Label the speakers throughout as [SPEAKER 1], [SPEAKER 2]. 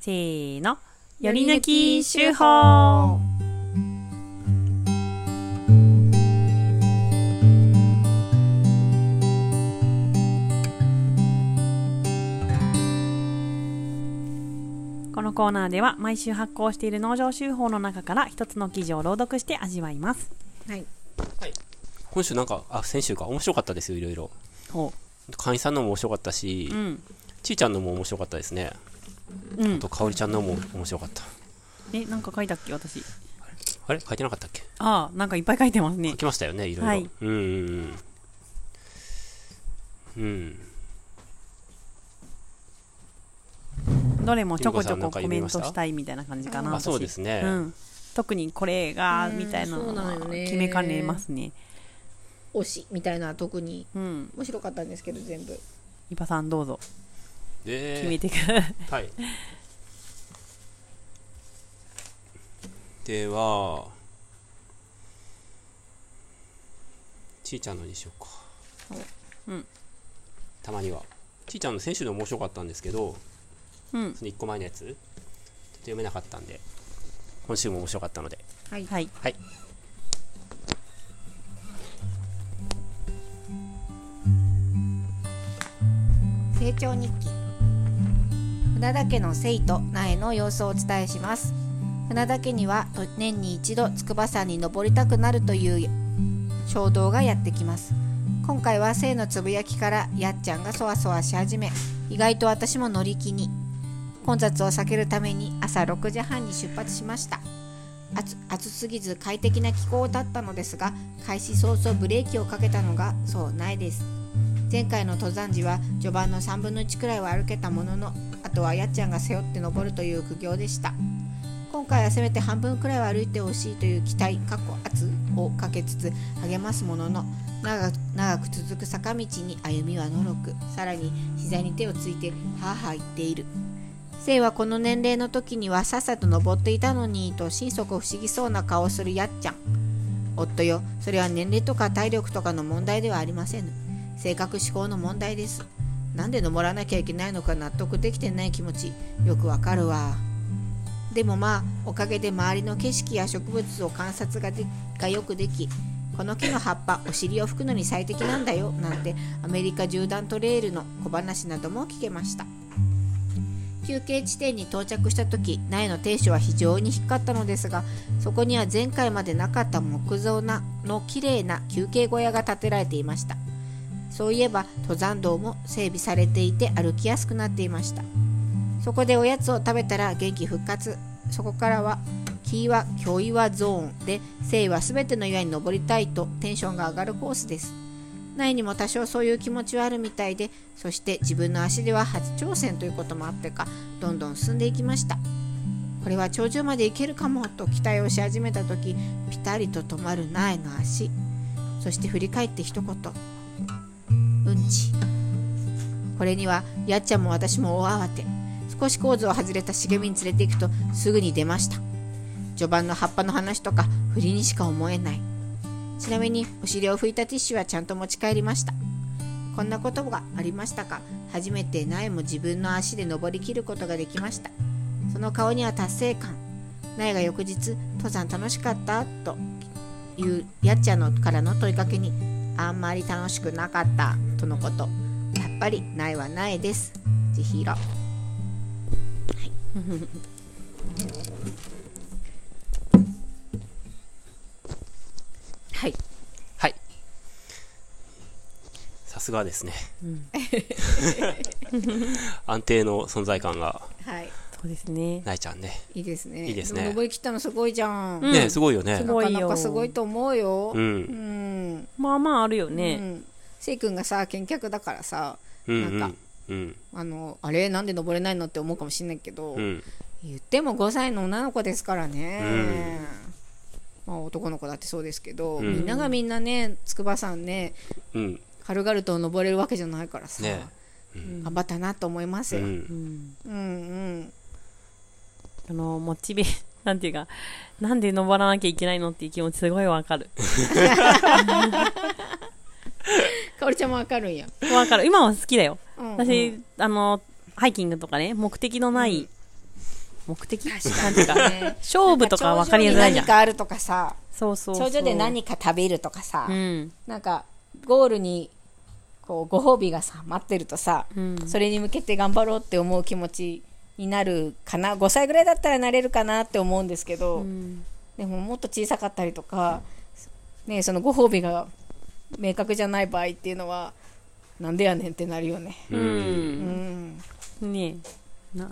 [SPEAKER 1] せーの。より抜き手法このコーナーでは毎週発行している農場手法の中から一つの記事を朗読して味わいます。
[SPEAKER 2] はい。
[SPEAKER 3] 今週なんか、あ、先週か、面白かったですよ、いろいろ。
[SPEAKER 1] ほ
[SPEAKER 3] 会員さんのも面白かったし、
[SPEAKER 1] う。うん。
[SPEAKER 3] ちーちゃんのも面白かったですね。
[SPEAKER 1] うん
[SPEAKER 3] あと、。かおりちゃんのも面白かった。
[SPEAKER 1] え、なんか書いたっけ私。
[SPEAKER 3] あれ書いてなかったっけ
[SPEAKER 1] ああ、なんかいっぱい書いてますね
[SPEAKER 3] 書。きましたよね、いろいろ。
[SPEAKER 1] はい
[SPEAKER 3] うんうんうん。うん。
[SPEAKER 1] どれもちょこちょこ
[SPEAKER 3] ゆうこさんなんか
[SPEAKER 1] コ
[SPEAKER 3] 読
[SPEAKER 1] メ
[SPEAKER 3] み
[SPEAKER 1] ント
[SPEAKER 3] ました
[SPEAKER 1] したいみたいな感じかな。
[SPEAKER 3] あ、そう
[SPEAKER 1] 私
[SPEAKER 3] ですね。
[SPEAKER 1] うん、特にこれが
[SPEAKER 2] うん
[SPEAKER 1] みたいな
[SPEAKER 2] そう
[SPEAKER 1] の
[SPEAKER 2] な
[SPEAKER 1] は
[SPEAKER 2] のよね
[SPEAKER 1] 決めかねますね。
[SPEAKER 2] 推しみたいな特に
[SPEAKER 1] うん、
[SPEAKER 2] 面白かったんですけど全部。
[SPEAKER 1] イパさんどうぞ
[SPEAKER 3] で
[SPEAKER 1] 決めてください。
[SPEAKER 3] はい。では、ちーちゃんのにしようか。
[SPEAKER 1] うん。
[SPEAKER 3] たまには。ちーちゃんの先週の面白かったんですけど、
[SPEAKER 1] うん、
[SPEAKER 3] その1個前のやつ、ちょっと読めなかったんで、今週も面白かったので。
[SPEAKER 2] はい。
[SPEAKER 1] はい。
[SPEAKER 2] 成長日記船田家の生と苗の様子をお伝えします船田家にはと年に一度筑波山に登りたくなるという衝動がやってきます今回は生のつぶやきからやっちゃんがそわそわし始め意外と私も乗り気に混雑を避けるために朝6時半に出発しました暑暑すぎず快適な気候だったのですが開始早々ブレーキをかけたのがそう苗です前回の登山時は序盤の3分の1くらいは歩けたもののあとはやっちゃんが背負って登るという苦行でした今回はせめて半分くらいは歩いてほしいという期待過去圧をかけつつ励ますものの長く長く続く坂道に歩みはのろくさらに膝に手をついてはあはあ言っている生はこの年齢の時にはさっさと登っていたのにと心底不思議そうな顔をするやっちゃん夫よそれは年齢とか体力とかの問題ではありません性格思考の問題ですなんで登らなきゃいけないのか納得できてない気持ちよくわかるわでもまあおかげで周りの景色や植物を観察がでがよくできこの木の葉っぱお尻を拭くのに最適なんだよなんてアメリカ縦断トレイルの小話なども聞けました休憩地点に到着した時苗の亭主は非常に引っかったのですがそこには前回までなかった木造なの綺麗な休憩小屋が建てられていましたそういえば登山道も整備されていて歩きやすくなっていましたそこでおやつを食べたら元気復活そこからは「キーは教岩ゾーン」で「聖は全ての岩に登りたい」とテンションが上がるコースです内にも多少そういう気持ちはあるみたいでそして自分の足では初挑戦ということもあってかどんどん進んでいきましたこれは頂上まで行けるかもと期待をし始めた時ピタリと止まる苗の足そして振り返って一言うんちこれにはやっちゃんも私も大慌て少し構図を外れた茂みに連れて行くとすぐに出ました序盤の葉っぱの話とか振りにしか思えないちなみにお尻を拭いたティッシュはちゃんと持ち帰りましたこんなことがありましたか初めて苗も自分の足で登りきることができましたその顔には達成感苗が翌日「登山楽しかった?」というやっちゃんのからの問いかけにあんまり楽しくなかったとのことやっぱりないはないです千尋はい
[SPEAKER 3] はい。さすがですね。安定の存在感が、
[SPEAKER 2] はい
[SPEAKER 1] そうですね。
[SPEAKER 3] ないちゃんね。
[SPEAKER 2] いいですね
[SPEAKER 3] いいですね
[SPEAKER 2] も登り切ったのすごいじゃん、
[SPEAKER 1] うん
[SPEAKER 3] ねすごいよね
[SPEAKER 1] す。ごいよ
[SPEAKER 2] なかなかすごいと思うよ
[SPEAKER 3] うん
[SPEAKER 2] うん
[SPEAKER 1] まあまああるよ
[SPEAKER 2] う
[SPEAKER 1] ね。
[SPEAKER 2] んせい君がさ健脚だからさ
[SPEAKER 3] うんう
[SPEAKER 2] なんんか。
[SPEAKER 3] うん。
[SPEAKER 2] あのあれなんで登れないのって思うかもしれないけど、
[SPEAKER 3] うん。
[SPEAKER 2] 言っても5歳の女の子ですからね、
[SPEAKER 3] うん
[SPEAKER 2] まあ、男の子だってそうですけど、
[SPEAKER 3] うん
[SPEAKER 2] みんながみんなね筑波山ね
[SPEAKER 3] うん。
[SPEAKER 2] 軽々と登れるわけじゃないからさ、
[SPEAKER 3] ね
[SPEAKER 2] 頑張ったなと思います
[SPEAKER 3] う
[SPEAKER 2] よ、うん、
[SPEAKER 3] ん
[SPEAKER 1] う。ん、
[SPEAKER 2] うん
[SPEAKER 1] あのモチベなんていうか、なんで登らなきゃいけないのっていう気持ちすごいわかる。
[SPEAKER 2] かおりちゃんもわかるんや、
[SPEAKER 1] わかる。今は好きだよ。
[SPEAKER 2] うんうん
[SPEAKER 1] 私、あのハイキングとかね目的のない目的なんてい
[SPEAKER 2] 確
[SPEAKER 1] うか
[SPEAKER 2] かにね
[SPEAKER 1] 勝負とか分かりづらいじゃん
[SPEAKER 2] なんか頂上に何かあるとかさ
[SPEAKER 1] そうそうそう
[SPEAKER 2] 頂上で何か食べるとかさ、
[SPEAKER 1] うん
[SPEAKER 2] なんかゴールにこうご褒美がさ待ってるとさ、
[SPEAKER 1] うん
[SPEAKER 2] それに向けて頑張ろうって思う気持ちになるかな5歳ぐらいだったらなれるかなって思うんですけど、
[SPEAKER 1] うん
[SPEAKER 2] でももっと小さかったりとか、ね、そのご褒美が明確じゃない場合っていうのはなんでやねんってなるよね。
[SPEAKER 3] うん
[SPEAKER 2] うん
[SPEAKER 1] ねえな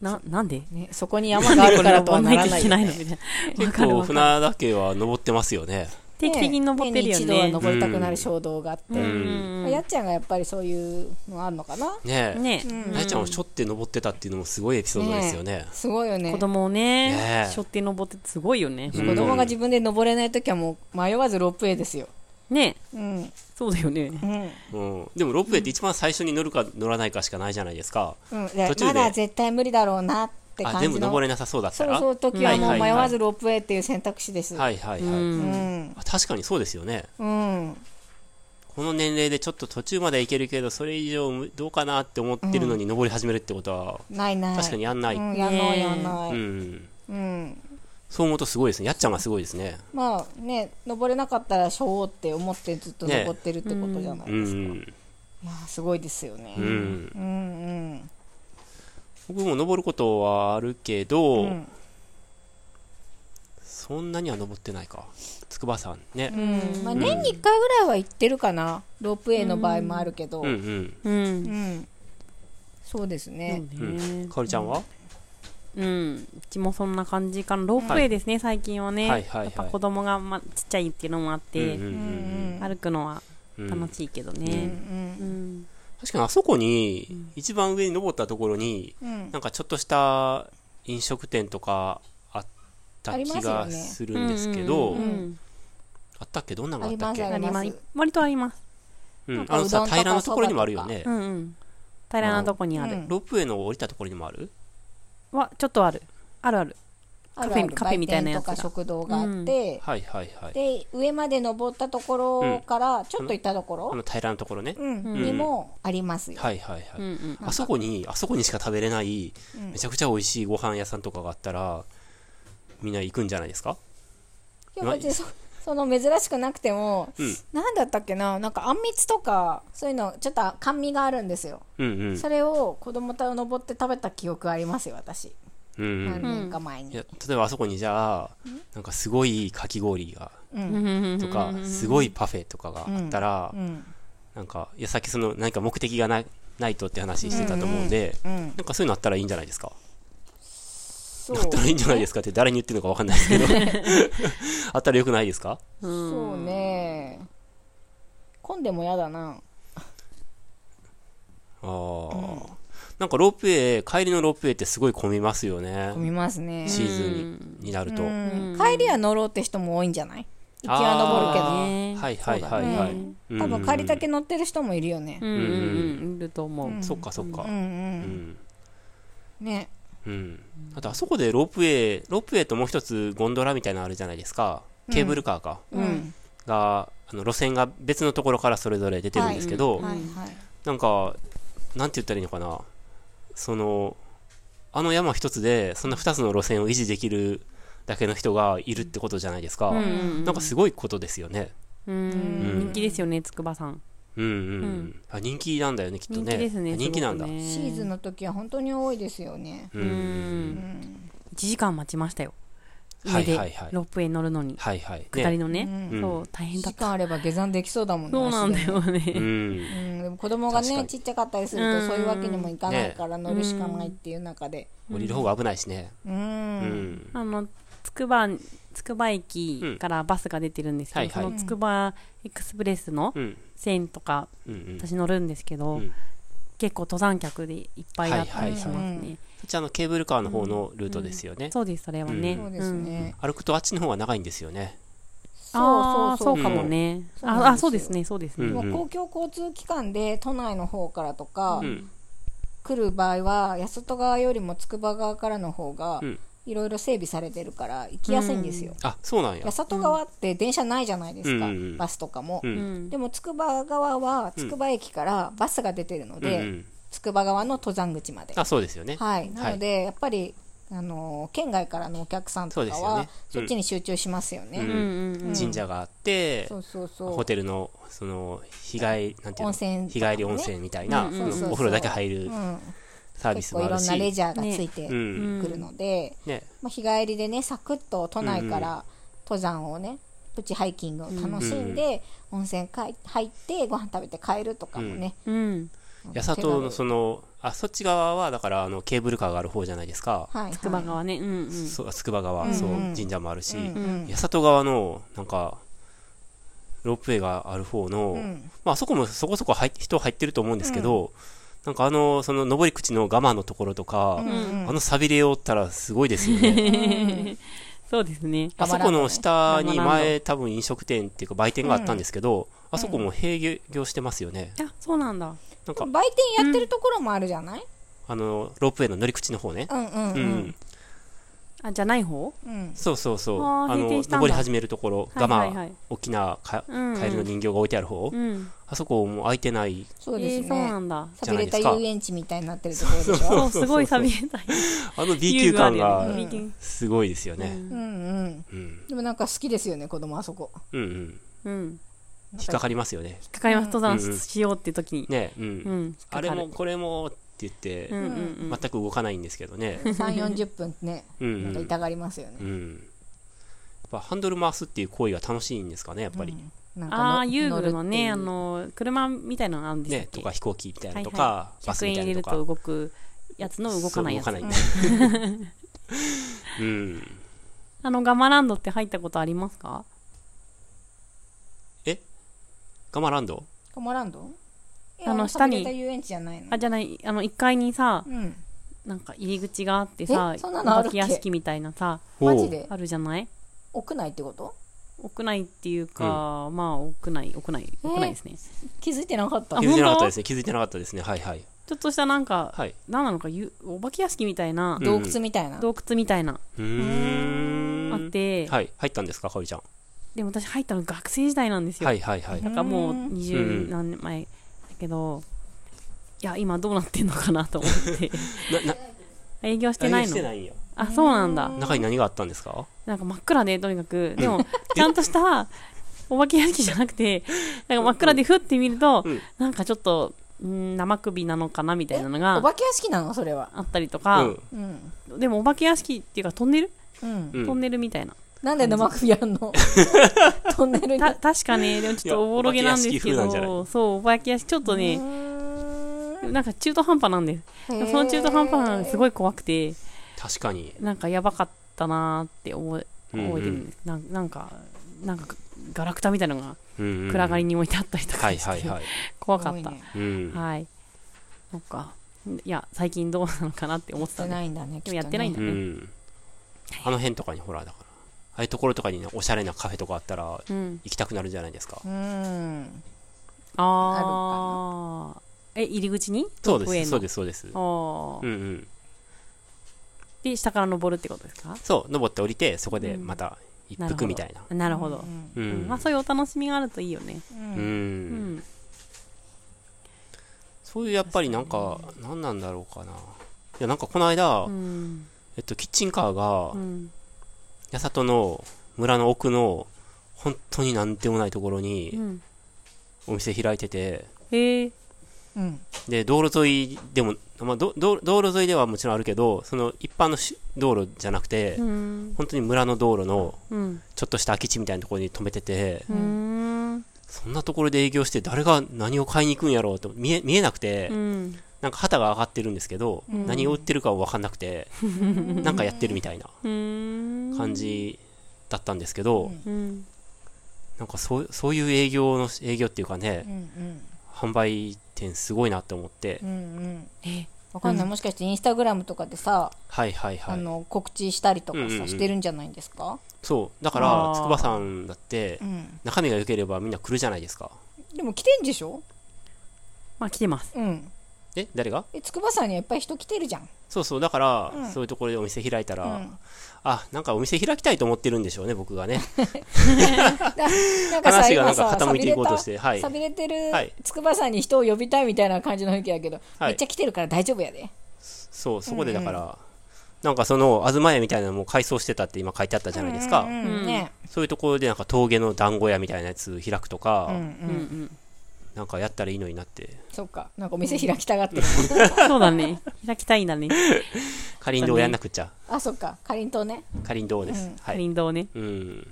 [SPEAKER 1] ななんで
[SPEAKER 2] ね、そこに山があるからとはならな
[SPEAKER 1] んでこれ登んきゃ
[SPEAKER 2] い
[SPEAKER 1] いけない
[SPEAKER 2] よ
[SPEAKER 1] の
[SPEAKER 2] ね
[SPEAKER 1] みたいな
[SPEAKER 3] 結
[SPEAKER 1] わかる
[SPEAKER 3] 構
[SPEAKER 1] わかる
[SPEAKER 3] 船だけは登ってますよね
[SPEAKER 1] 定期的に登ってるよ
[SPEAKER 2] 年に
[SPEAKER 1] ね
[SPEAKER 2] 一度は登りたくなる衝動があって、
[SPEAKER 1] うん
[SPEAKER 2] まあやっちゃんがやっぱりそういうのあるのかな
[SPEAKER 3] ねえ
[SPEAKER 1] ねえ
[SPEAKER 2] うん
[SPEAKER 3] なえちゃんをしょって登ってたっていうのもすごいエピソードですよね
[SPEAKER 2] すごいよね
[SPEAKER 1] 子
[SPEAKER 2] 子供
[SPEAKER 1] 供をね
[SPEAKER 3] ねえ
[SPEAKER 1] 背負って登ってってすごいよね
[SPEAKER 3] うん
[SPEAKER 2] が自分で登れない時はもう迷わずロープウェイですよ
[SPEAKER 1] ねえ
[SPEAKER 2] うん
[SPEAKER 1] そうだよね
[SPEAKER 2] うん
[SPEAKER 3] うん、でもロープウェイって一番最初に乗るか乗らないかしかないじゃないですか
[SPEAKER 2] うん、で
[SPEAKER 3] 途
[SPEAKER 2] ま
[SPEAKER 3] 中で
[SPEAKER 2] だ絶対無理だろうなって感
[SPEAKER 3] あ
[SPEAKER 2] じ
[SPEAKER 3] 全
[SPEAKER 2] の
[SPEAKER 3] 部登れなさそうだっ
[SPEAKER 2] そ
[SPEAKER 3] た
[SPEAKER 2] う
[SPEAKER 3] ら
[SPEAKER 2] そう時はもう
[SPEAKER 3] はいは
[SPEAKER 2] 迷
[SPEAKER 3] いはい
[SPEAKER 2] わずロープウェイっていう選択肢です、
[SPEAKER 3] はいはいはい、
[SPEAKER 2] うん
[SPEAKER 3] あ確かにそうですよね
[SPEAKER 2] うん
[SPEAKER 3] この年齢でちょっと途中まで行けるけどそれ以上むどうかなって思ってるのに登り始めるってことは、
[SPEAKER 2] ないない
[SPEAKER 3] 確かにやんない、
[SPEAKER 2] うん、やんない
[SPEAKER 1] ねえ
[SPEAKER 2] やんな
[SPEAKER 3] う
[SPEAKER 2] い、
[SPEAKER 3] ん、
[SPEAKER 2] うん、
[SPEAKER 3] そう思うとすごいですねやっちゃんがすごいですね
[SPEAKER 2] まあね登れなかったらしょうって思ってずっと登ってるってことじゃない、
[SPEAKER 3] うんうん、
[SPEAKER 2] いやーすごいですよね、
[SPEAKER 3] うん、
[SPEAKER 2] うん
[SPEAKER 3] 僕も登ることはあるけ
[SPEAKER 2] う
[SPEAKER 3] ど、
[SPEAKER 2] ん
[SPEAKER 3] そんなには登ってないか筑波山ね
[SPEAKER 2] う、んまあ、年に1回ぐらいは行ってるかなロープウェイの場合もあるけど、
[SPEAKER 3] うん、う
[SPEAKER 2] うん
[SPEAKER 3] ん
[SPEAKER 1] うんうん
[SPEAKER 2] そうですね、
[SPEAKER 1] そうね
[SPEAKER 3] かおりちゃんは、
[SPEAKER 1] うん、うちもそんな感じかなロープウェイですね、最近はね、
[SPEAKER 3] はいはいはい
[SPEAKER 1] やっぱ子供がまちっちゃいっていうのもあっ
[SPEAKER 3] うん
[SPEAKER 1] て、
[SPEAKER 3] うん
[SPEAKER 1] 歩くのは
[SPEAKER 3] うんうん
[SPEAKER 1] 楽しいけど
[SPEAKER 2] うん
[SPEAKER 1] ね、うん
[SPEAKER 3] 確かにあそこに一番上に登ったところに
[SPEAKER 2] うんうん
[SPEAKER 3] なんかちょっとした飲食店とかあった気
[SPEAKER 2] あ
[SPEAKER 3] が
[SPEAKER 2] りますよね
[SPEAKER 3] するんですけど、
[SPEAKER 1] うんうん
[SPEAKER 3] あったっけどんなのがあったっ
[SPEAKER 2] あ
[SPEAKER 3] け
[SPEAKER 1] ありま
[SPEAKER 2] りま
[SPEAKER 1] す
[SPEAKER 2] す
[SPEAKER 1] 割とあります、
[SPEAKER 3] うん
[SPEAKER 2] なんか
[SPEAKER 3] あの
[SPEAKER 2] う
[SPEAKER 3] さ
[SPEAKER 2] どんとか
[SPEAKER 3] 平らなところにもあるよね
[SPEAKER 1] うんうん、平らなとこにある、
[SPEAKER 2] うん
[SPEAKER 3] ロープウェイの降りたところにもある
[SPEAKER 1] はちょっとあるあるある
[SPEAKER 2] ある
[SPEAKER 1] カフ
[SPEAKER 2] あ
[SPEAKER 1] ェ
[SPEAKER 2] る
[SPEAKER 1] カフェみたいなやつだ
[SPEAKER 2] 売店とか食堂があって、
[SPEAKER 3] はいはいはい
[SPEAKER 2] で上まで登ったところからちょっと行ったとこ
[SPEAKER 3] あ
[SPEAKER 2] ろ、
[SPEAKER 3] の平らなところね
[SPEAKER 2] うん
[SPEAKER 1] うん
[SPEAKER 2] にもありますよ、
[SPEAKER 3] はいはいはい、
[SPEAKER 1] うんうん
[SPEAKER 3] あそこにあそこにしか食べれない
[SPEAKER 2] うん
[SPEAKER 3] めちゃくちゃ美味しいご飯屋さんとかがあったらみんな行くんじゃないですか
[SPEAKER 2] いや別にそその珍しくなくても、
[SPEAKER 3] うん
[SPEAKER 2] なんだったっけななんかあんみつとかそういうのちょっと甘味があるんですよ、
[SPEAKER 3] うんうん
[SPEAKER 2] それを子供と登って食べた記憶ありますよ私、
[SPEAKER 3] うんうん
[SPEAKER 2] 何年か前に、
[SPEAKER 3] いや例えばあそこにじゃあなんかすごいかき氷が
[SPEAKER 2] うん
[SPEAKER 3] とかすごいパフェとかがあったら、
[SPEAKER 2] うん
[SPEAKER 3] なんかいやさっきその何か目的がなないとって話してたと思うんで、
[SPEAKER 2] うん、
[SPEAKER 3] なんかそういうのあったらいいんじゃないですか
[SPEAKER 2] そう
[SPEAKER 3] あったらいいんじゃないですかって誰に言ってるのかわかんないですけど あったらよくないですか
[SPEAKER 2] そうね混んでもやだな
[SPEAKER 3] あー、なんかロープウェイ帰りのロープウェイってすごい混みますよね
[SPEAKER 2] 混みますね、
[SPEAKER 3] シーズンにになると、
[SPEAKER 2] うん帰りは乗ろうって人も多いんじゃない行きは登るけど
[SPEAKER 3] あー
[SPEAKER 1] ね
[SPEAKER 3] はいは
[SPEAKER 1] そ
[SPEAKER 3] いはい
[SPEAKER 1] う
[SPEAKER 3] は
[SPEAKER 1] だ
[SPEAKER 3] い、
[SPEAKER 1] ね
[SPEAKER 3] うん
[SPEAKER 2] 多分帰りだけ乗ってる人もいるよね
[SPEAKER 1] うんうんうんいると思う、
[SPEAKER 3] そっかそっか
[SPEAKER 2] うんう
[SPEAKER 3] うんん
[SPEAKER 2] ね
[SPEAKER 3] うんあとあそこでロープウェイロープウェイともう一つゴンドラみたいなのあるじゃないですかケーブルカーか、
[SPEAKER 2] うん
[SPEAKER 3] があの路線が別のところからそれぞれ出てるんですけど、
[SPEAKER 2] はいはい
[SPEAKER 3] なんかなんて言ったらいいのかなそのあの山一つでそんな二つの路線を維持できるだけの人がいるってことじゃないですか、
[SPEAKER 1] うんうん
[SPEAKER 3] なんかすごいことですよね
[SPEAKER 1] うん
[SPEAKER 2] うん
[SPEAKER 1] 人気ですよね筑波さん
[SPEAKER 3] うんうん、
[SPEAKER 1] うん
[SPEAKER 3] あ人気なんだよねきっとね
[SPEAKER 1] 人気ですね
[SPEAKER 3] あ人気なんだ、
[SPEAKER 1] すごくね
[SPEAKER 2] シーズンの時は本当に多いですよね
[SPEAKER 3] う
[SPEAKER 1] うんん
[SPEAKER 2] うん
[SPEAKER 1] 1時間待ちましたよ
[SPEAKER 3] は
[SPEAKER 1] 家
[SPEAKER 3] い
[SPEAKER 1] で
[SPEAKER 3] はいはい
[SPEAKER 1] ロープウェイ乗るのに
[SPEAKER 3] はいはい
[SPEAKER 1] 下り
[SPEAKER 3] の
[SPEAKER 1] の
[SPEAKER 2] う
[SPEAKER 1] ね
[SPEAKER 2] ん
[SPEAKER 3] ん
[SPEAKER 1] そう大変だ
[SPEAKER 2] 時
[SPEAKER 1] った
[SPEAKER 2] 間あれば下山できそうだもんね
[SPEAKER 1] そうなんだよ
[SPEAKER 3] う
[SPEAKER 1] ね
[SPEAKER 2] 足
[SPEAKER 3] ん
[SPEAKER 2] でうんでも子供が
[SPEAKER 3] 確か
[SPEAKER 2] ね
[SPEAKER 3] に
[SPEAKER 2] ちっちゃかったりするとそういうわけにもいかないから乗るしかないっていう中で
[SPEAKER 3] 降りる方が危ないしね
[SPEAKER 2] う
[SPEAKER 3] うんん、
[SPEAKER 1] あの筑波筑波駅からバスが出てるんですけ
[SPEAKER 3] うん
[SPEAKER 1] ど
[SPEAKER 3] は
[SPEAKER 1] そ
[SPEAKER 3] いはい
[SPEAKER 1] の筑波エクスプレスの
[SPEAKER 3] うん
[SPEAKER 1] 線とか
[SPEAKER 3] うんうん
[SPEAKER 1] 私乗るんですけど
[SPEAKER 3] うん
[SPEAKER 1] 結構登山客でいっぱいあったりします
[SPEAKER 2] はいはいは
[SPEAKER 1] ね
[SPEAKER 3] そっちあのケーブルカーの方のルートですよね、
[SPEAKER 1] そうですそれはね
[SPEAKER 2] そうですね
[SPEAKER 3] 歩くとあっちの方が長いんですよね
[SPEAKER 1] ああーそうかも
[SPEAKER 3] うん
[SPEAKER 1] ね
[SPEAKER 2] そうなんですよ
[SPEAKER 1] ああそうですねそうですね
[SPEAKER 3] うん
[SPEAKER 2] もう公共交通機関で都内の方からとか、
[SPEAKER 3] うん
[SPEAKER 2] 来る場合は八里川よりも筑波側からの方が
[SPEAKER 3] うん
[SPEAKER 2] いろいろ整備されてるから行きやすいんですよ、
[SPEAKER 3] あそうなんや
[SPEAKER 2] 八里川って電車ないじゃないですか、
[SPEAKER 3] うんうんうん
[SPEAKER 2] バスとかも、
[SPEAKER 3] う
[SPEAKER 1] うんん
[SPEAKER 2] でも筑波側は筑波駅からバスが出てるの
[SPEAKER 3] うんう
[SPEAKER 2] で、
[SPEAKER 3] ん
[SPEAKER 2] 筑波側の登山口まで
[SPEAKER 3] あそうですよね
[SPEAKER 2] はいなので、やっぱりあの県外からのお客さんと
[SPEAKER 3] そうで
[SPEAKER 2] か
[SPEAKER 3] すよ
[SPEAKER 2] は
[SPEAKER 3] ね
[SPEAKER 2] そ,、っちに集中しますよね、
[SPEAKER 3] うん
[SPEAKER 1] うん
[SPEAKER 3] 神社があって、
[SPEAKER 2] そうそうそう
[SPEAKER 3] ホテルのその日帰りなんていうの
[SPEAKER 2] 温泉
[SPEAKER 3] 日帰り温泉みたいな、
[SPEAKER 1] うん
[SPEAKER 3] う
[SPEAKER 1] そ
[SPEAKER 3] ん
[SPEAKER 1] うそうそう
[SPEAKER 3] お風呂だけ入る
[SPEAKER 2] うん、
[SPEAKER 3] サービ
[SPEAKER 2] 結
[SPEAKER 3] ス
[SPEAKER 2] 構
[SPEAKER 3] も
[SPEAKER 2] い
[SPEAKER 3] ある
[SPEAKER 2] ろん
[SPEAKER 3] し、
[SPEAKER 2] なレジャーがついて
[SPEAKER 3] う
[SPEAKER 2] く
[SPEAKER 3] ん
[SPEAKER 2] るので、
[SPEAKER 3] ね、
[SPEAKER 2] まあ、日帰りでねサクッと都内から登山をねプチハイキングを楽しんで、温泉かい入ってご飯食べて帰るとかもね、
[SPEAKER 1] うん
[SPEAKER 3] 八里のそのあそっち側はだからあのケーブルカーがある方じゃないですか、
[SPEAKER 2] はいはい
[SPEAKER 1] 筑波川ねうんうん
[SPEAKER 3] そう筑波川、
[SPEAKER 2] うん
[SPEAKER 3] そう
[SPEAKER 2] うん
[SPEAKER 3] 神社もあるし、
[SPEAKER 2] うんうん
[SPEAKER 3] 八里側のなんかロープウェイがある方の、
[SPEAKER 2] うん
[SPEAKER 3] まああそこもそこそこ入っ人入ってると思うんですけど、なんかあのその上り口の我慢のところとか、
[SPEAKER 2] うん
[SPEAKER 3] あのさびれをったらすごいですよね
[SPEAKER 2] うん
[SPEAKER 1] そうですね
[SPEAKER 3] あそこの下に
[SPEAKER 1] ガマランド
[SPEAKER 3] 前多分飲食店っていうか売店があったんですけど、あそこも閉業してますよね
[SPEAKER 1] あそうなんだ
[SPEAKER 3] なん
[SPEAKER 2] で
[SPEAKER 3] か
[SPEAKER 2] も売店やってるところもあるじゃない、
[SPEAKER 3] あのロープウェイの乗り口の方ね
[SPEAKER 2] うん、うんう
[SPEAKER 3] うん、
[SPEAKER 2] ん
[SPEAKER 1] あじゃない方
[SPEAKER 2] うん
[SPEAKER 3] そうそうそう
[SPEAKER 1] あー
[SPEAKER 3] あの
[SPEAKER 1] 閉店したんだ
[SPEAKER 3] 登り始めるところ我慢、
[SPEAKER 1] はいはいはい
[SPEAKER 3] 大きなか
[SPEAKER 1] うんうん
[SPEAKER 3] カエルの人形が置いてある方、
[SPEAKER 1] うん
[SPEAKER 3] あそこもう空いてない
[SPEAKER 2] そうです
[SPEAKER 1] え
[SPEAKER 2] ね、
[SPEAKER 1] ーそうなんだ
[SPEAKER 2] さびれた遊園地みたいになってるところでしょ
[SPEAKER 1] そうすごい錆びれた
[SPEAKER 3] あの B 級感
[SPEAKER 1] う
[SPEAKER 3] が
[SPEAKER 1] ん
[SPEAKER 3] すごいですよね。
[SPEAKER 2] うんうん
[SPEAKER 3] うん。
[SPEAKER 2] でもなんか好きですよね子供あそこ
[SPEAKER 3] うん
[SPEAKER 1] う
[SPEAKER 3] うん。
[SPEAKER 1] ん
[SPEAKER 2] なん
[SPEAKER 3] 引っかかりますよね。
[SPEAKER 1] 引っかかります登山
[SPEAKER 3] うん
[SPEAKER 1] しようって時に
[SPEAKER 3] ね、う。
[SPEAKER 1] うんん引っか
[SPEAKER 3] あ
[SPEAKER 1] かる
[SPEAKER 3] れもこれもって言って
[SPEAKER 1] うん、うんうん
[SPEAKER 3] 全く動かないんですけどね。
[SPEAKER 2] 3 4 0分ね
[SPEAKER 3] うん
[SPEAKER 2] なん
[SPEAKER 3] う
[SPEAKER 2] か
[SPEAKER 3] ん。
[SPEAKER 2] 痛がりますよね、
[SPEAKER 3] うん。やっぱハンドル回すっていう行為が楽しいんですかね、やっぱり。
[SPEAKER 2] うんなんかの
[SPEAKER 1] ああ遊具のね
[SPEAKER 2] 乗
[SPEAKER 1] あ
[SPEAKER 2] るっていう
[SPEAKER 1] の車みたいなのあるんでした
[SPEAKER 3] ね
[SPEAKER 1] っ、け
[SPEAKER 3] とか飛行機みたいなのと
[SPEAKER 1] はい
[SPEAKER 3] か、バ
[SPEAKER 1] 100
[SPEAKER 3] ス
[SPEAKER 1] 円
[SPEAKER 3] みた
[SPEAKER 1] 入
[SPEAKER 3] いな
[SPEAKER 1] れ
[SPEAKER 3] の
[SPEAKER 1] る
[SPEAKER 3] とか
[SPEAKER 1] と。動くやつの動かないやつ
[SPEAKER 3] そう動かないんだ。 うん。
[SPEAKER 1] あのガマランドって入ったことありますか
[SPEAKER 3] ガマランド
[SPEAKER 2] カモランドい
[SPEAKER 1] あ
[SPEAKER 2] や
[SPEAKER 1] の
[SPEAKER 2] なんか
[SPEAKER 1] 下に
[SPEAKER 2] さびれた遊園地じゃないの
[SPEAKER 1] あじゃないあの1階にさ
[SPEAKER 2] うん
[SPEAKER 1] なんか入り口があってさ
[SPEAKER 2] えそんなのあるっけ
[SPEAKER 1] お化け屋敷みたいなさ
[SPEAKER 2] マジ
[SPEAKER 3] おう
[SPEAKER 2] で
[SPEAKER 1] あるじゃない
[SPEAKER 2] 屋内ってこと
[SPEAKER 1] 屋内っていうか、まあ屋内屋内屋内ですね、
[SPEAKER 2] 気づいてなかった
[SPEAKER 1] あ
[SPEAKER 3] 気づいてなかっ
[SPEAKER 1] 本当
[SPEAKER 3] たですね。気づいてなかったですね。はいはい。
[SPEAKER 1] ちょっとしたなんか、
[SPEAKER 3] はい。
[SPEAKER 1] なんなのかゆお化け屋敷みたいな、
[SPEAKER 3] うん
[SPEAKER 2] 洞窟みたいな、
[SPEAKER 1] 洞窟みたいな、
[SPEAKER 3] うーん。
[SPEAKER 1] あって、
[SPEAKER 3] はい。入ったんですか、かおりちゃん。
[SPEAKER 1] でも私入ったの学生時代なんですよ、
[SPEAKER 3] はいはいはい。
[SPEAKER 1] なんかもう
[SPEAKER 2] うん
[SPEAKER 1] 二十何年前だけど、いや今どうなってんのかなと思って
[SPEAKER 3] なな
[SPEAKER 1] 営業してない
[SPEAKER 3] して
[SPEAKER 1] の
[SPEAKER 3] ないんや
[SPEAKER 1] あそうなんだ
[SPEAKER 3] 中に何があったんですか
[SPEAKER 1] なんか真っ暗でとにかくでもちゃんとしたお化け屋敷じゃなくてなんか真っ暗でふって見ると、
[SPEAKER 3] うん
[SPEAKER 1] なんかちょっとうん生首なのかなみたいなの
[SPEAKER 2] お
[SPEAKER 1] が
[SPEAKER 2] 化け屋敷なのそれは
[SPEAKER 1] あったりと
[SPEAKER 3] う
[SPEAKER 1] か、
[SPEAKER 3] ん
[SPEAKER 2] うん
[SPEAKER 1] でもお化け屋敷っていうかトンネル、
[SPEAKER 2] うん
[SPEAKER 3] うん
[SPEAKER 1] トンネルみたいな
[SPEAKER 2] なんで生首やん のトンネルに
[SPEAKER 1] た確かねでもちょっとおぼろげなんですけ
[SPEAKER 3] いやお化け屋敷風なんじゃな
[SPEAKER 1] どそうお化け屋敷ちょっと
[SPEAKER 2] う
[SPEAKER 1] ね、
[SPEAKER 2] ーん
[SPEAKER 1] なんか中途半端なんですでもその中途半端なのがすごい怖くて
[SPEAKER 3] 確かに
[SPEAKER 1] なんかやばかったなーって思え覚えてるん
[SPEAKER 3] うん
[SPEAKER 1] です、なんなんかなんかガラクタみたいなのが
[SPEAKER 3] 暗
[SPEAKER 1] 暗がりに置いてあったりとか
[SPEAKER 3] は
[SPEAKER 1] し
[SPEAKER 3] い
[SPEAKER 1] て、
[SPEAKER 3] はいはい
[SPEAKER 1] 怖かっ
[SPEAKER 2] す
[SPEAKER 1] た
[SPEAKER 2] ごいね
[SPEAKER 3] うん
[SPEAKER 1] はい。そっか。いや、最近どうなのかなって思っ
[SPEAKER 2] して
[SPEAKER 1] た
[SPEAKER 2] て
[SPEAKER 1] んで。
[SPEAKER 2] ないんだねきっと
[SPEAKER 1] でも
[SPEAKER 2] ね
[SPEAKER 1] やってないんだ
[SPEAKER 3] う
[SPEAKER 1] ね。
[SPEAKER 3] んあの辺とかにほらだからああいうところとかにねおしゃれなカフェとかあったら
[SPEAKER 1] うん。
[SPEAKER 3] 行きたくなるじゃないですか
[SPEAKER 2] うん
[SPEAKER 1] ああ。え、入り口に
[SPEAKER 3] そうですそう
[SPEAKER 1] で
[SPEAKER 3] ですそうです
[SPEAKER 1] ああ、
[SPEAKER 3] うんうん
[SPEAKER 1] で、下から登るってことですか
[SPEAKER 3] そう登って降りてそこでまた一
[SPEAKER 1] なるほ
[SPEAKER 3] 服
[SPEAKER 1] ど
[SPEAKER 3] みたいな
[SPEAKER 1] なるほど
[SPEAKER 2] う。ん
[SPEAKER 1] う
[SPEAKER 3] う
[SPEAKER 1] ん
[SPEAKER 3] ん
[SPEAKER 1] まあ、そういうお楽しみがあるといいよね。
[SPEAKER 2] う
[SPEAKER 3] うん
[SPEAKER 1] うんん。
[SPEAKER 3] そういうやっぱりなんか何なんだろうかないやなんかこの間
[SPEAKER 1] うん。
[SPEAKER 3] えっとキッチンカーが
[SPEAKER 1] うん。
[SPEAKER 3] 八里の村の奥の本当に何でもないところ
[SPEAKER 1] う
[SPEAKER 3] に
[SPEAKER 1] ん
[SPEAKER 3] お店開いてて
[SPEAKER 1] えー、
[SPEAKER 2] うん
[SPEAKER 3] で道路沿いでも、まあ、ど道道路沿いではもちろんあるけどその一般のし道路じゃなくて、
[SPEAKER 1] うん。
[SPEAKER 3] 本当に村の道路の
[SPEAKER 1] うん。
[SPEAKER 3] ちょっとした空き地みたいなところに止めてて、
[SPEAKER 1] うん。
[SPEAKER 3] そんなところで営業して誰が何を買いに行くんやろうと見え見えなくて、
[SPEAKER 1] うん。
[SPEAKER 3] なんか旗が上がってるんですけど、
[SPEAKER 1] うん
[SPEAKER 3] 何を売ってるか分かんな くて、なんかやってるみたいな
[SPEAKER 1] うん。
[SPEAKER 3] 感。じだったんですけど、
[SPEAKER 2] うん
[SPEAKER 1] うん。
[SPEAKER 3] なんかそうそういう営業の営業っていうかね、
[SPEAKER 2] うん
[SPEAKER 3] 販売店すごいなって思って、
[SPEAKER 2] うんうん
[SPEAKER 1] え、
[SPEAKER 2] わかんな
[SPEAKER 1] う
[SPEAKER 2] いもしかしてインスタグラムとかでさ
[SPEAKER 3] はいはいは
[SPEAKER 2] あ
[SPEAKER 3] い
[SPEAKER 2] の告知したりとか
[SPEAKER 3] うんうんう
[SPEAKER 2] さ
[SPEAKER 3] ん
[SPEAKER 2] してるんじゃないんですか
[SPEAKER 3] そうだか
[SPEAKER 1] あ
[SPEAKER 3] ら
[SPEAKER 1] ー
[SPEAKER 3] 筑波山だって
[SPEAKER 2] うん
[SPEAKER 3] 中身が良ければみんな来るじゃないですか
[SPEAKER 2] でも来てんでしょ
[SPEAKER 1] まあ、来てます。
[SPEAKER 2] うん
[SPEAKER 3] え誰が
[SPEAKER 2] え筑波山にはいっぱい人来てるじゃん
[SPEAKER 3] そうそうだから、
[SPEAKER 2] うん
[SPEAKER 3] そういうところでお店開いたら、
[SPEAKER 2] うん
[SPEAKER 3] あなんかお店開きたいと思ってるんでしょうね僕がね
[SPEAKER 2] なんかさ
[SPEAKER 3] 話が
[SPEAKER 2] 今
[SPEAKER 3] なん
[SPEAKER 2] さ
[SPEAKER 3] か傾いていこうとし
[SPEAKER 2] さびれ
[SPEAKER 3] ては
[SPEAKER 2] た
[SPEAKER 3] い
[SPEAKER 2] さびれてる
[SPEAKER 3] はい
[SPEAKER 2] 筑波山に人を呼びたいみたいな感じの雰囲気やけど
[SPEAKER 3] は
[SPEAKER 2] めっ
[SPEAKER 3] い
[SPEAKER 2] ちゃ来てるから大丈夫やで
[SPEAKER 3] そうそこでだから、なんかその東屋みたいなのも改装してたって今書いてあったじゃないですか、
[SPEAKER 2] うんうんうんね
[SPEAKER 3] そういうところでなんか峠の団子屋みたいなやつ開くとか、
[SPEAKER 2] うんう
[SPEAKER 1] うんうんん、
[SPEAKER 3] なんかやったらいいのになって
[SPEAKER 2] そっかなんかお店開きたがってる
[SPEAKER 1] そうだね開きたいんだね
[SPEAKER 3] かりんどうやんなくっちゃ
[SPEAKER 2] あそっかかりんとうね
[SPEAKER 3] かりんどうです、
[SPEAKER 2] うん
[SPEAKER 3] は
[SPEAKER 1] か
[SPEAKER 3] い、
[SPEAKER 1] りんどうね
[SPEAKER 3] うん、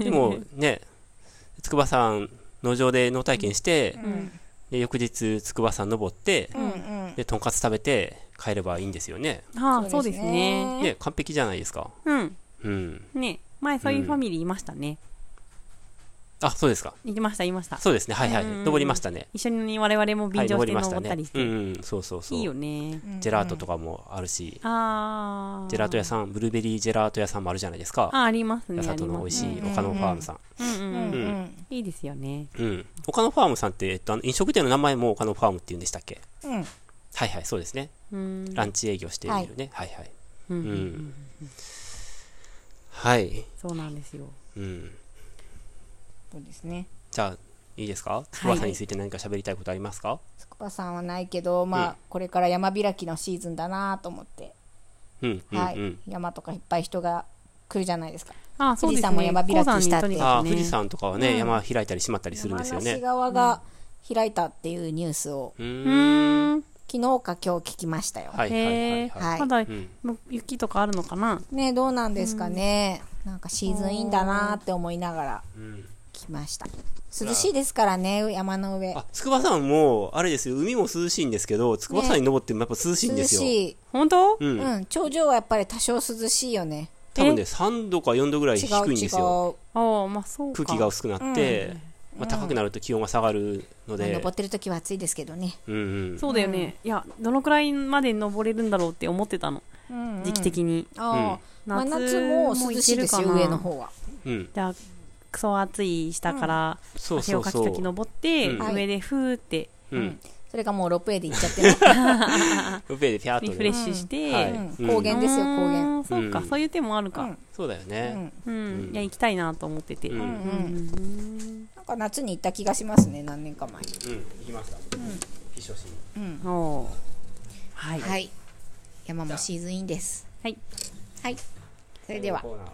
[SPEAKER 3] でもね 筑波山農場で農体験して、
[SPEAKER 2] うん
[SPEAKER 3] で翌日筑波山登って
[SPEAKER 2] うんうん
[SPEAKER 3] でとんかつ食べて帰ればいいんですよね
[SPEAKER 1] ああ
[SPEAKER 2] そ
[SPEAKER 1] そうう
[SPEAKER 2] で
[SPEAKER 1] ですす
[SPEAKER 2] ね
[SPEAKER 1] ね
[SPEAKER 3] ね完璧じゃないですか
[SPEAKER 1] うん
[SPEAKER 3] うん
[SPEAKER 1] ね前そういうファミリーいましたね、
[SPEAKER 3] あそうですか
[SPEAKER 1] 行きました行きました
[SPEAKER 3] そうですねはいはい、
[SPEAKER 1] うんうんうん
[SPEAKER 3] 登りましたね
[SPEAKER 1] 一緒に我々も
[SPEAKER 3] は
[SPEAKER 1] 便乗
[SPEAKER 3] い
[SPEAKER 1] して
[SPEAKER 3] 登りました
[SPEAKER 1] 登った
[SPEAKER 3] ね
[SPEAKER 1] りして、
[SPEAKER 3] うんうんそうそうそう
[SPEAKER 1] いいよね
[SPEAKER 3] ジェラートと
[SPEAKER 2] か
[SPEAKER 3] かもあるし、
[SPEAKER 1] ああ
[SPEAKER 3] ジェラート屋さんブルーベリージェラート屋さんもあるじゃないですか
[SPEAKER 1] あありますね
[SPEAKER 3] 八里の美味しい岡野ファームさん
[SPEAKER 1] ありますねうんうん
[SPEAKER 2] う
[SPEAKER 1] う
[SPEAKER 2] んうんん
[SPEAKER 1] いいですよね
[SPEAKER 3] うん、岡野ファームさんって、えっと、あの飲食店の名前も岡野ファームって言うんでしたっけ
[SPEAKER 2] うん
[SPEAKER 3] はいはいそうですね
[SPEAKER 1] うん
[SPEAKER 3] ランチ営業しているね、はい、はい
[SPEAKER 1] うんうん
[SPEAKER 3] う
[SPEAKER 1] うんん
[SPEAKER 3] はい、
[SPEAKER 1] そうなんですよ
[SPEAKER 3] うん、
[SPEAKER 2] そうですね
[SPEAKER 3] じゃあいいですか筑波山について何か喋りたいことありますか、
[SPEAKER 2] 筑波さんはないけどま
[SPEAKER 3] うん
[SPEAKER 2] あこれから山開きのシーズンだなと思って
[SPEAKER 3] うんうんうん、
[SPEAKER 2] はい山とかいっぱい人が来るじゃないですか
[SPEAKER 1] ああそうですね
[SPEAKER 2] 富士山も山開きしたって
[SPEAKER 1] 高山にとに
[SPEAKER 3] あ
[SPEAKER 1] か
[SPEAKER 3] あ
[SPEAKER 1] くね
[SPEAKER 3] 富士山とかはね、
[SPEAKER 2] うん
[SPEAKER 3] 山開いたり閉まったりするんですよ
[SPEAKER 2] 山梨
[SPEAKER 3] ね
[SPEAKER 2] 側が開いたっていうニュースを
[SPEAKER 3] う
[SPEAKER 1] う
[SPEAKER 3] ーん
[SPEAKER 1] ーん
[SPEAKER 2] 昨日か今日聞きましたよ
[SPEAKER 3] はいはいはいはい、
[SPEAKER 2] はい
[SPEAKER 1] まだ
[SPEAKER 3] うん
[SPEAKER 1] 雪とかあるのかな
[SPEAKER 2] ねどうなんですかね、なんかシーズンいいんだなーって思いながら
[SPEAKER 3] うん、
[SPEAKER 2] 来ました涼しいですからね山の上
[SPEAKER 3] あ筑波山もあれですよ海も涼しいんですけど筑波山に登ってもやっぱ涼しいん
[SPEAKER 2] 涼
[SPEAKER 3] ですよ、
[SPEAKER 2] しい、
[SPEAKER 1] 本当
[SPEAKER 3] う、
[SPEAKER 2] うんん頂上はやっぱり多少涼しいよね
[SPEAKER 3] 多分ね3度か4度ぐらい
[SPEAKER 2] 違
[SPEAKER 3] 低
[SPEAKER 2] う
[SPEAKER 3] いん
[SPEAKER 2] 違
[SPEAKER 3] で
[SPEAKER 2] う
[SPEAKER 3] すよ
[SPEAKER 1] ああまあそうか
[SPEAKER 3] 空気が薄くなって、まあ、高くなると気温が下がる
[SPEAKER 2] ま
[SPEAKER 3] の
[SPEAKER 2] あ
[SPEAKER 3] で、
[SPEAKER 2] 登ってる時は暑いですけどね、
[SPEAKER 3] うんうん、
[SPEAKER 1] そうだよね、いやどのくらいまで登れるんだろうって思ってたの、時期的に
[SPEAKER 2] あー、
[SPEAKER 1] うん
[SPEAKER 2] 真夏も涼しいです
[SPEAKER 1] 夏
[SPEAKER 2] よ
[SPEAKER 1] もいけるかな
[SPEAKER 2] 上の方は
[SPEAKER 3] うん、
[SPEAKER 1] じゃあクソ暑い下から
[SPEAKER 3] そう
[SPEAKER 1] 足
[SPEAKER 3] そ
[SPEAKER 1] を
[SPEAKER 3] う
[SPEAKER 1] か
[SPEAKER 3] そ
[SPEAKER 1] き
[SPEAKER 3] う
[SPEAKER 1] かき登って、
[SPEAKER 3] うん
[SPEAKER 1] 上でふーって
[SPEAKER 3] うん、
[SPEAKER 2] それがもうロープウェイで行っちゃってね、
[SPEAKER 3] ウペでピャーっと
[SPEAKER 1] リ
[SPEAKER 3] ね
[SPEAKER 1] フレッシュして、
[SPEAKER 2] う
[SPEAKER 3] はい
[SPEAKER 2] ん
[SPEAKER 3] うん
[SPEAKER 2] 高原ですよ高
[SPEAKER 1] う
[SPEAKER 2] 原
[SPEAKER 1] ーんそうか、
[SPEAKER 3] うん
[SPEAKER 1] そういう手もある
[SPEAKER 2] う
[SPEAKER 1] か
[SPEAKER 2] ん
[SPEAKER 3] そうだよ
[SPEAKER 2] う
[SPEAKER 3] ね、
[SPEAKER 2] ん
[SPEAKER 1] うん、
[SPEAKER 3] うん
[SPEAKER 1] いや行きたいなと思ってて、
[SPEAKER 3] うん
[SPEAKER 2] う
[SPEAKER 1] う
[SPEAKER 2] ん
[SPEAKER 1] ん
[SPEAKER 2] うんなんか夏に行った気がしますね何年か前に
[SPEAKER 3] うん行きました、うん、秘書しに
[SPEAKER 1] うんおーはい、
[SPEAKER 2] はい山もシーズンインです
[SPEAKER 1] はい
[SPEAKER 2] はいそれでは
[SPEAKER 3] コーナー